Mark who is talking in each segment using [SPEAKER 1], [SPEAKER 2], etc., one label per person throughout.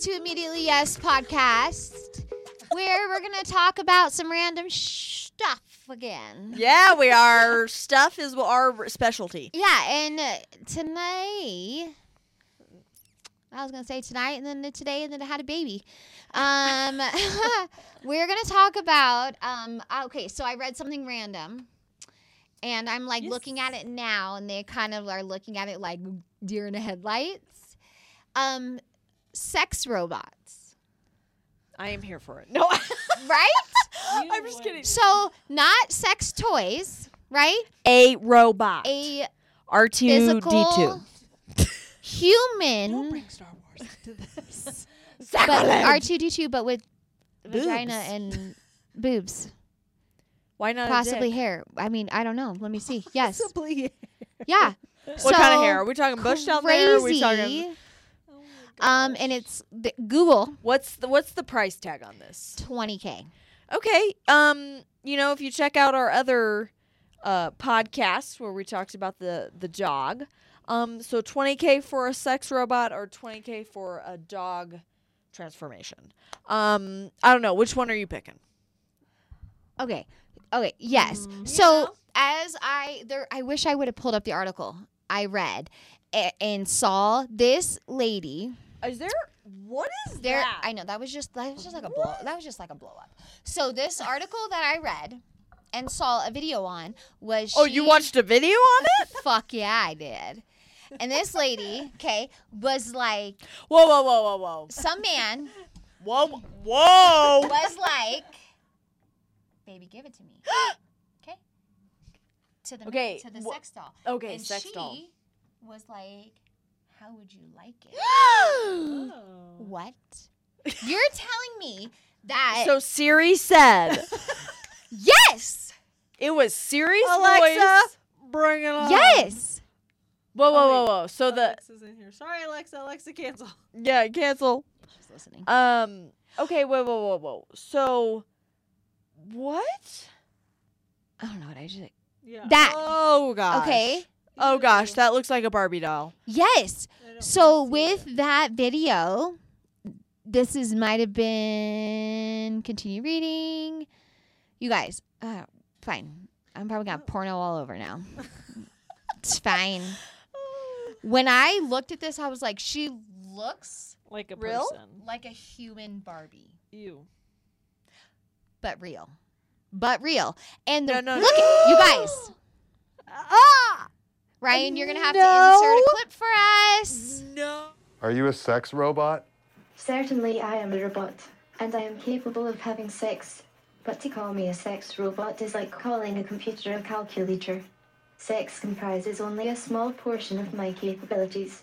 [SPEAKER 1] to Immediately Yes podcast, where we're going to talk about some random sh- stuff again.
[SPEAKER 2] Yeah, we are. Stuff is our specialty.
[SPEAKER 1] Yeah, and uh, tonight, I was gonna say tonight, and then the today, and then I had a baby. Um, we're gonna talk about. Um, okay, so I read something random, and I'm like looking at it now, and they kind of are looking at it like deer in the headlights. Um, sex robots,
[SPEAKER 2] I am here for it. No,
[SPEAKER 1] right?
[SPEAKER 2] I'm just kidding.
[SPEAKER 1] so not sex toys, right?
[SPEAKER 2] A robot.
[SPEAKER 1] A
[SPEAKER 2] R2
[SPEAKER 1] physical
[SPEAKER 2] D2.
[SPEAKER 1] human.
[SPEAKER 3] Star Wars to this.
[SPEAKER 1] but R two D two, but with vagina
[SPEAKER 2] Boobs.
[SPEAKER 1] and boobs,
[SPEAKER 2] Why not? a
[SPEAKER 1] possibly
[SPEAKER 2] dick?
[SPEAKER 1] hair. I mean, I don't know. Let me see. Yes,
[SPEAKER 3] Possibly.
[SPEAKER 1] yeah.
[SPEAKER 2] What kind of
[SPEAKER 1] So,
[SPEAKER 2] hair? Are we talking bush down there? Are we
[SPEAKER 1] Crazy.
[SPEAKER 2] talking.
[SPEAKER 1] um, and it's the, Google
[SPEAKER 2] What's the What's the price tag on this?
[SPEAKER 1] twenty k.
[SPEAKER 2] Okay. Um, you know, if you check out our other uh podcasts where we talked about the the dog, um, so 20k for a sex robot or 20k for a dog transformation. Um, I don't know which one are you picking.
[SPEAKER 1] Okay, okay, yes.
[SPEAKER 2] Mm-hmm.
[SPEAKER 1] so as I there, I wish I would have pulled up the article I read a- and saw this lady.
[SPEAKER 2] Is there what is
[SPEAKER 1] There,
[SPEAKER 2] that?
[SPEAKER 1] I know that was just that was just like a blow. That was just like a blow up. So this article that I read and saw a video on was
[SPEAKER 2] oh, you
[SPEAKER 1] she-
[SPEAKER 2] watched a video on it?
[SPEAKER 1] Fuck yeah, I did. And this lady, okay, was like,
[SPEAKER 2] Whoa, whoa, whoa, whoa,
[SPEAKER 1] some man
[SPEAKER 2] whoa, whoa, whoa!
[SPEAKER 1] was like, baby, give it to me. Okay? To the,
[SPEAKER 2] Okay,
[SPEAKER 1] to the
[SPEAKER 2] wha-
[SPEAKER 1] sex doll.
[SPEAKER 2] Okay,
[SPEAKER 1] and
[SPEAKER 2] sex
[SPEAKER 1] she
[SPEAKER 2] doll.
[SPEAKER 1] was like, how would you like it?
[SPEAKER 3] Oh.
[SPEAKER 1] what? You're telling me that.
[SPEAKER 2] So Siri said
[SPEAKER 1] yes!
[SPEAKER 2] it was Siri's
[SPEAKER 3] Alexa,
[SPEAKER 2] voice. Bring
[SPEAKER 1] Uh,
[SPEAKER 2] it on.
[SPEAKER 1] Yes!
[SPEAKER 2] Whoa, whoa,
[SPEAKER 3] Oh,
[SPEAKER 2] whoa, whoa! So the
[SPEAKER 3] Alexa's in here. Sorry, Alexa. Alexa, cancel.
[SPEAKER 2] yeah, cancel.
[SPEAKER 1] She's listening.
[SPEAKER 2] Um. Okay. Whoa. Whoa. Whoa. Whoa. So, what?
[SPEAKER 1] I don't know what I just.
[SPEAKER 3] Yeah.
[SPEAKER 1] That. uh,
[SPEAKER 2] Oh gosh.
[SPEAKER 1] Okay?
[SPEAKER 2] Oh gosh, that looks like a Barbie doll.
[SPEAKER 1] Yes!
[SPEAKER 3] I don't
[SPEAKER 1] So
[SPEAKER 3] wanna see
[SPEAKER 1] with that video, this is might have been continue reading. You guys, uh, fine. I'm probably got porno all over now. it's fine. When I looked at this, I was like, she looks
[SPEAKER 3] it. like a
[SPEAKER 2] Real?
[SPEAKER 3] person.
[SPEAKER 1] like a human Barbie,
[SPEAKER 3] You.
[SPEAKER 1] but real, but real. And the,
[SPEAKER 2] No, no, no.
[SPEAKER 1] look, at, you guys,
[SPEAKER 2] Ah.
[SPEAKER 1] Ryan, you're gonna have to
[SPEAKER 2] No.
[SPEAKER 1] insert a clip for us.
[SPEAKER 2] No.
[SPEAKER 4] Are you a sex robot?
[SPEAKER 5] Certainly, I am a robot, and I am capable of having sex. But to call me a sex robot is like calling a computer a calculator. Sex comprises only a small portion of my capabilities.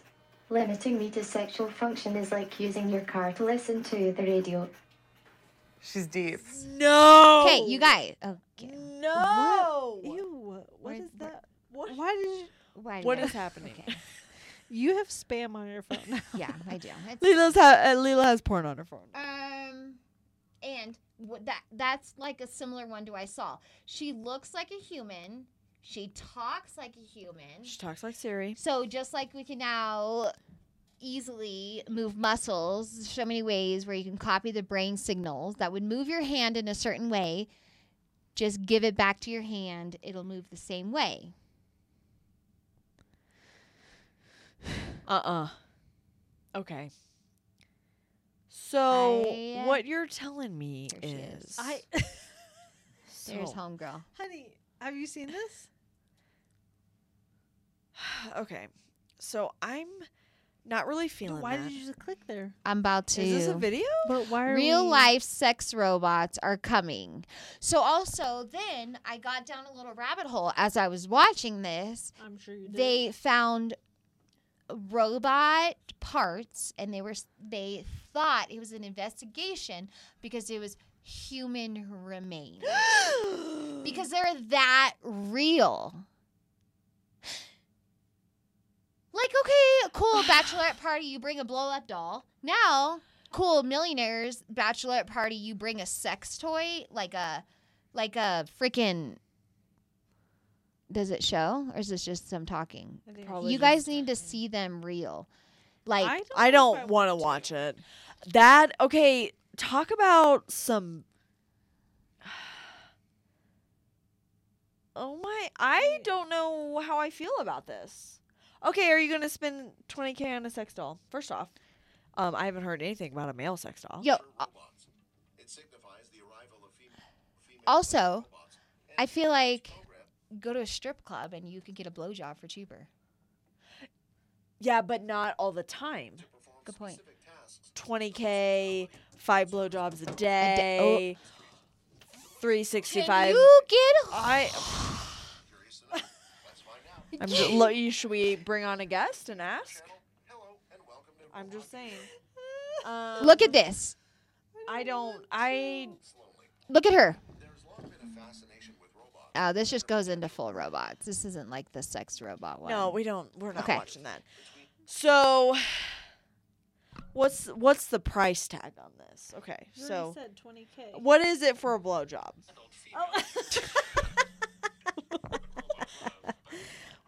[SPEAKER 5] Limiting me to sexual function is like using your car to listen to the radio.
[SPEAKER 6] She's deep.
[SPEAKER 2] No.
[SPEAKER 1] Okay, you guys. Okay,
[SPEAKER 2] No.
[SPEAKER 3] Ew. What
[SPEAKER 1] Why-
[SPEAKER 3] is
[SPEAKER 1] why-
[SPEAKER 3] that? What? Why did you?
[SPEAKER 1] Why did
[SPEAKER 2] What
[SPEAKER 1] I-
[SPEAKER 2] is happening?
[SPEAKER 1] Okay.
[SPEAKER 3] You have spam on your phone now.
[SPEAKER 1] Yeah, I do. It's
[SPEAKER 2] Lila's ha- uh, Lila has porn on her phone.
[SPEAKER 1] Um, and wh- that that's like a similar one to I saw. She looks like a human. She talks like a human.
[SPEAKER 2] She talks like Siri.
[SPEAKER 1] So just like we can now easily move muscles, there's so many ways where you can copy the brain signals that would move your hand in a certain way. Just give it back to your hand; it'll move the same way.
[SPEAKER 2] Uh. uh Okay. So
[SPEAKER 1] I, uh,
[SPEAKER 2] what you're telling me
[SPEAKER 1] There she
[SPEAKER 2] is,
[SPEAKER 1] is.
[SPEAKER 3] I,
[SPEAKER 1] There's
[SPEAKER 2] so-
[SPEAKER 1] homegirl.
[SPEAKER 3] honey, have you seen this?
[SPEAKER 2] okay. So I'm not really feeling.
[SPEAKER 3] Why
[SPEAKER 2] that.
[SPEAKER 3] did you just click there?
[SPEAKER 1] I'm about to.
[SPEAKER 2] Is this a video?
[SPEAKER 3] But why are
[SPEAKER 1] real
[SPEAKER 3] we-
[SPEAKER 1] life sex robots are coming. So also then I got down a little rabbit hole as I was watching this.
[SPEAKER 3] I'm sure you did.
[SPEAKER 1] They found robot parts and they were s- they thought it was an investigation because it was human remains. because they're that real. Like, okay, cool, bachelorette party, you bring a blow up doll. Now, cool, millionaires, bachelorette party, you bring a sex toy, like a, like a freaking. Does it show or is this just some talking?
[SPEAKER 3] I think-
[SPEAKER 2] Probably
[SPEAKER 1] You
[SPEAKER 2] just
[SPEAKER 1] guys need to
[SPEAKER 2] talking.
[SPEAKER 1] see them real. Like,
[SPEAKER 2] I
[SPEAKER 3] know if
[SPEAKER 2] don't want to watch it. That okay, talk about some Oh my, I don't know how I feel about this. Okay, are you going to spend 20k on a sex doll? First off, um I haven't heard anything about a male sex doll.
[SPEAKER 1] Yo. uh, Also, I feel like go to a strip club and you can get a blowjob for cheaper.
[SPEAKER 2] Yeah, but not all the time.
[SPEAKER 1] Good point.
[SPEAKER 2] 20k, five blowjobs a
[SPEAKER 1] day. Oh.
[SPEAKER 2] day, Oh. 365.
[SPEAKER 1] you get
[SPEAKER 2] I. I'm just, lo- you- should we bring on a guest and ask? I'm just saying. Um,
[SPEAKER 1] look at this.
[SPEAKER 2] I don't. I.
[SPEAKER 1] Look at her. Oh, this just goes into full robots. This isn't like the sex robot one.
[SPEAKER 2] No, we don't. We're not
[SPEAKER 1] Okay.
[SPEAKER 2] watching that. So, what's what's the price tag on this? Okay,
[SPEAKER 3] You
[SPEAKER 2] so
[SPEAKER 3] already said Oh, 20k.
[SPEAKER 2] what is it for a blowjob?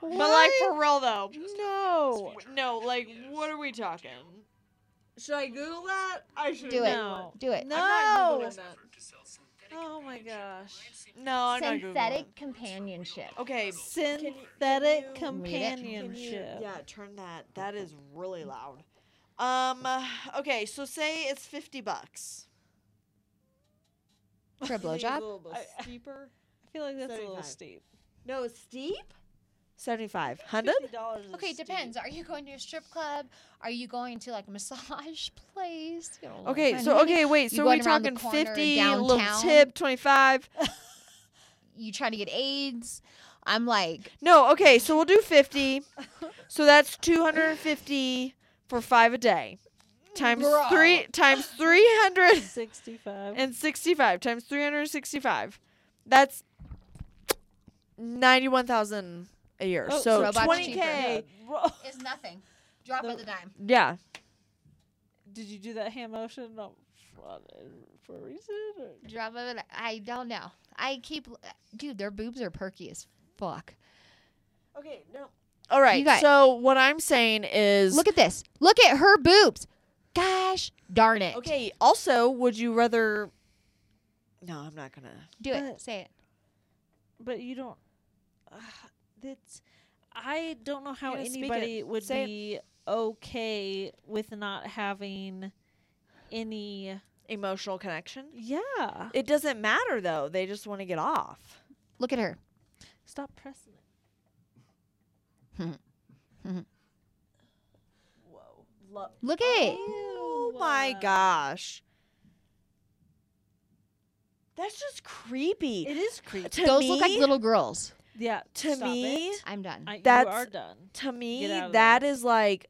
[SPEAKER 2] But like for real though. No. No, like what are we talking? Should I Google that? I should
[SPEAKER 1] do it.
[SPEAKER 3] No.
[SPEAKER 1] Do it.
[SPEAKER 2] No.
[SPEAKER 3] Oh my gosh.
[SPEAKER 2] No, I'm not Googling.
[SPEAKER 1] Synthetic companionship.
[SPEAKER 2] Okay. can you-
[SPEAKER 3] Synthetic companionship.
[SPEAKER 2] Yeah, turn that. That is really loud. Um okay, so say it's 50 bucks.
[SPEAKER 1] For a blowjob?
[SPEAKER 3] I-
[SPEAKER 2] steeper?
[SPEAKER 3] I feel like that's a little
[SPEAKER 2] 75.
[SPEAKER 3] steep.
[SPEAKER 2] No, it's steep? 75. 100?
[SPEAKER 3] $50 is
[SPEAKER 1] Okay, it
[SPEAKER 3] steep.
[SPEAKER 1] depends. Are you going to a strip club? Are you going to like a massage place? You know, like-
[SPEAKER 2] Okay, so okay, wait.
[SPEAKER 1] You
[SPEAKER 2] So we're
[SPEAKER 1] going around the
[SPEAKER 2] talking
[SPEAKER 1] corner
[SPEAKER 2] 50, little
[SPEAKER 1] downtown?
[SPEAKER 2] tip, 25.
[SPEAKER 1] You trying to get AIDS? I'm like,
[SPEAKER 2] No, okay, so we'll do 50. so that's 250 for 5 a day. Times
[SPEAKER 1] Bro.
[SPEAKER 2] 3 times 300
[SPEAKER 3] 65.
[SPEAKER 2] and 65 times 365 that's 91,000 a year.
[SPEAKER 3] Oh,
[SPEAKER 2] so
[SPEAKER 1] robots
[SPEAKER 2] 20k.
[SPEAKER 1] cheaper.
[SPEAKER 3] Ro-
[SPEAKER 1] it's nothing. Drop of the dime.
[SPEAKER 2] Yeah.
[SPEAKER 3] Did you do that hand motion on- on- for a reason? Or?
[SPEAKER 1] Drop of it. I don't know. I keep, dude. Their boobs are perky as fuck.
[SPEAKER 2] Okay, no. All right.
[SPEAKER 1] You got-
[SPEAKER 2] so what I'm saying is
[SPEAKER 1] Look at this. Look at her boobs. Gosh darn it.
[SPEAKER 2] Okay, also, would you rather No, I'm not going to.
[SPEAKER 1] Do it.
[SPEAKER 3] But-
[SPEAKER 1] Say it.
[SPEAKER 3] But you don't. Uh, that's. I don't know how
[SPEAKER 2] Yeah, speak it.
[SPEAKER 3] anybody would
[SPEAKER 2] Say it.
[SPEAKER 3] be okay with not having any.
[SPEAKER 2] Emotional connection?
[SPEAKER 3] Yeah.
[SPEAKER 2] It doesn't matter though. They just want to get off.
[SPEAKER 1] Look at her.
[SPEAKER 3] Stop pressing it. Whoa. Love.
[SPEAKER 1] Look at it.
[SPEAKER 2] Oh my gosh. That's just creepy.
[SPEAKER 3] It is creepy.
[SPEAKER 2] to
[SPEAKER 1] Those
[SPEAKER 2] me,
[SPEAKER 1] look like little girls.
[SPEAKER 3] Yeah.
[SPEAKER 2] to
[SPEAKER 3] stop
[SPEAKER 2] me,
[SPEAKER 3] it.
[SPEAKER 1] I'm done.
[SPEAKER 3] I,
[SPEAKER 2] that's-
[SPEAKER 3] you are done.
[SPEAKER 2] to me
[SPEAKER 3] Get out of
[SPEAKER 2] that
[SPEAKER 3] there.
[SPEAKER 2] is like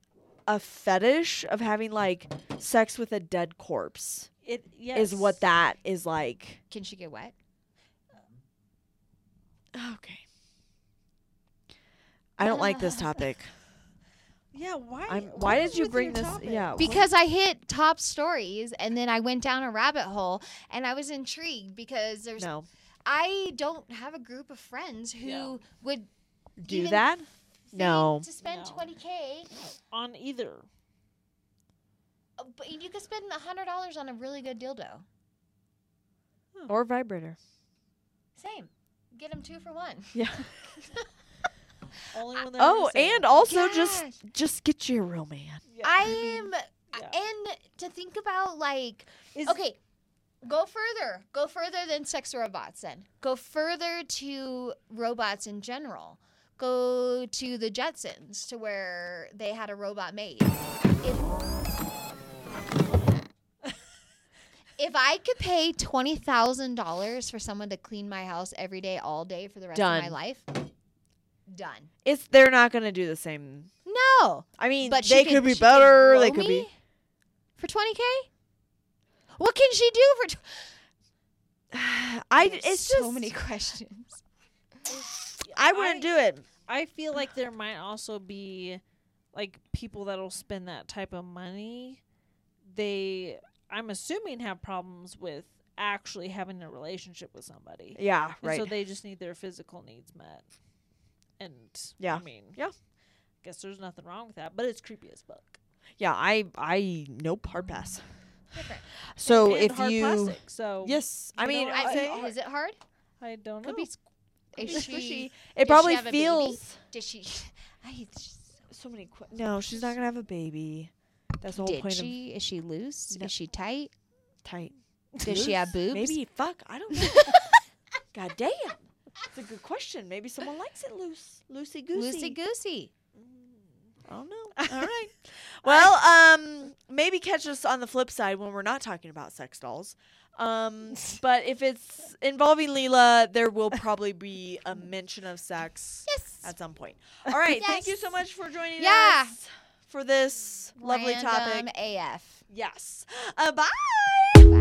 [SPEAKER 2] a fetish of having like sex with a dead corpse
[SPEAKER 3] It yes.
[SPEAKER 2] is what that is like.
[SPEAKER 1] Can she get wet?
[SPEAKER 2] Okay. I don't like this topic.
[SPEAKER 3] Yeah. Why?
[SPEAKER 2] I'm,
[SPEAKER 3] what
[SPEAKER 2] why
[SPEAKER 3] is
[SPEAKER 2] did you
[SPEAKER 3] with
[SPEAKER 2] bring
[SPEAKER 3] your
[SPEAKER 2] this?
[SPEAKER 3] topic?
[SPEAKER 2] Yeah. what-
[SPEAKER 1] Because I hit top stories and then I went down a rabbit hole and I was intrigued because there's
[SPEAKER 2] no.
[SPEAKER 1] I don't have a group of friends who would
[SPEAKER 2] Do
[SPEAKER 1] even
[SPEAKER 2] that?
[SPEAKER 1] think
[SPEAKER 2] No.
[SPEAKER 1] to spend
[SPEAKER 3] No.
[SPEAKER 1] twenty k.
[SPEAKER 3] on either.
[SPEAKER 1] uh, But you could spend hundred dollars on a really good dildo.
[SPEAKER 2] Or vibrator.
[SPEAKER 1] Same. Get them two for one.
[SPEAKER 2] Yeah.
[SPEAKER 3] Only when they're
[SPEAKER 2] Oh,
[SPEAKER 3] missing.
[SPEAKER 2] and also just just get you a real man.
[SPEAKER 3] Yeah,
[SPEAKER 1] I
[SPEAKER 3] mean,
[SPEAKER 1] am,
[SPEAKER 3] yeah.
[SPEAKER 1] and to think about like
[SPEAKER 3] is-
[SPEAKER 1] okay go further go further than sex robots then go further to robots in general go to the jetsons to where they had a robot maid if, if i could pay $20000 for someone to clean my house every day all day for the rest of my
[SPEAKER 2] Done.
[SPEAKER 1] life done
[SPEAKER 2] It's they're not gonna do the same.
[SPEAKER 1] no
[SPEAKER 2] I mean,
[SPEAKER 1] but she
[SPEAKER 2] they could be
[SPEAKER 1] she
[SPEAKER 2] better.
[SPEAKER 1] blow
[SPEAKER 2] they could
[SPEAKER 1] me
[SPEAKER 2] be.
[SPEAKER 1] for 20k what can she do for tw-
[SPEAKER 2] I. d- It's
[SPEAKER 1] so
[SPEAKER 2] just.
[SPEAKER 1] many questions
[SPEAKER 2] I wouldn't do it.
[SPEAKER 3] I feel like there might also be like people that'll spend that type of money. They, I'm assuming, have problems with actually having a relationship with somebody.
[SPEAKER 2] Yeah.
[SPEAKER 3] And
[SPEAKER 2] Right.
[SPEAKER 3] So they just need their physical needs met. And
[SPEAKER 2] Yeah.
[SPEAKER 3] I mean,
[SPEAKER 2] Yeah.
[SPEAKER 3] guess there's nothing wrong with that, but it's creepy as fuck.
[SPEAKER 2] yeah. I. I. Nope. Hard pass. So
[SPEAKER 3] and
[SPEAKER 2] if
[SPEAKER 3] hard
[SPEAKER 2] you
[SPEAKER 3] plastic, so
[SPEAKER 2] yes, I
[SPEAKER 3] you know
[SPEAKER 2] mean
[SPEAKER 3] what
[SPEAKER 2] I-
[SPEAKER 1] I
[SPEAKER 3] saying?
[SPEAKER 1] mean, is it hard?
[SPEAKER 3] I don't know.
[SPEAKER 1] Could be. s- Is
[SPEAKER 2] squishy.
[SPEAKER 1] she?
[SPEAKER 2] it
[SPEAKER 1] she
[SPEAKER 2] probably
[SPEAKER 1] have a baby?
[SPEAKER 2] feels
[SPEAKER 1] Did she? I. she's so-
[SPEAKER 2] so many. Qu- no, she's not gonna have a baby. That's the whole
[SPEAKER 1] Did
[SPEAKER 2] point
[SPEAKER 1] she? Is she loose?
[SPEAKER 2] No.
[SPEAKER 1] Is she tight?
[SPEAKER 2] of tight.
[SPEAKER 1] Does she have boobs?
[SPEAKER 2] Maybe fuck. I don't know. God damn. That's a good question. Maybe someone likes it loose, loosey goosey.
[SPEAKER 1] Loosey goosey.
[SPEAKER 2] I don't know. Oh, All right. Well, um, maybe catch us on the flip side when we're not talking about sex dolls. Um, but if it's involving Leela, there will probably be a mention of sex
[SPEAKER 1] Yes.
[SPEAKER 2] at some point. All right. Thank you
[SPEAKER 1] Yes.
[SPEAKER 2] so much for joining
[SPEAKER 1] Yeah.
[SPEAKER 2] us for this lovely
[SPEAKER 1] Random
[SPEAKER 2] topic.
[SPEAKER 1] AF.
[SPEAKER 2] Yes. Uh, bye.
[SPEAKER 1] Bye.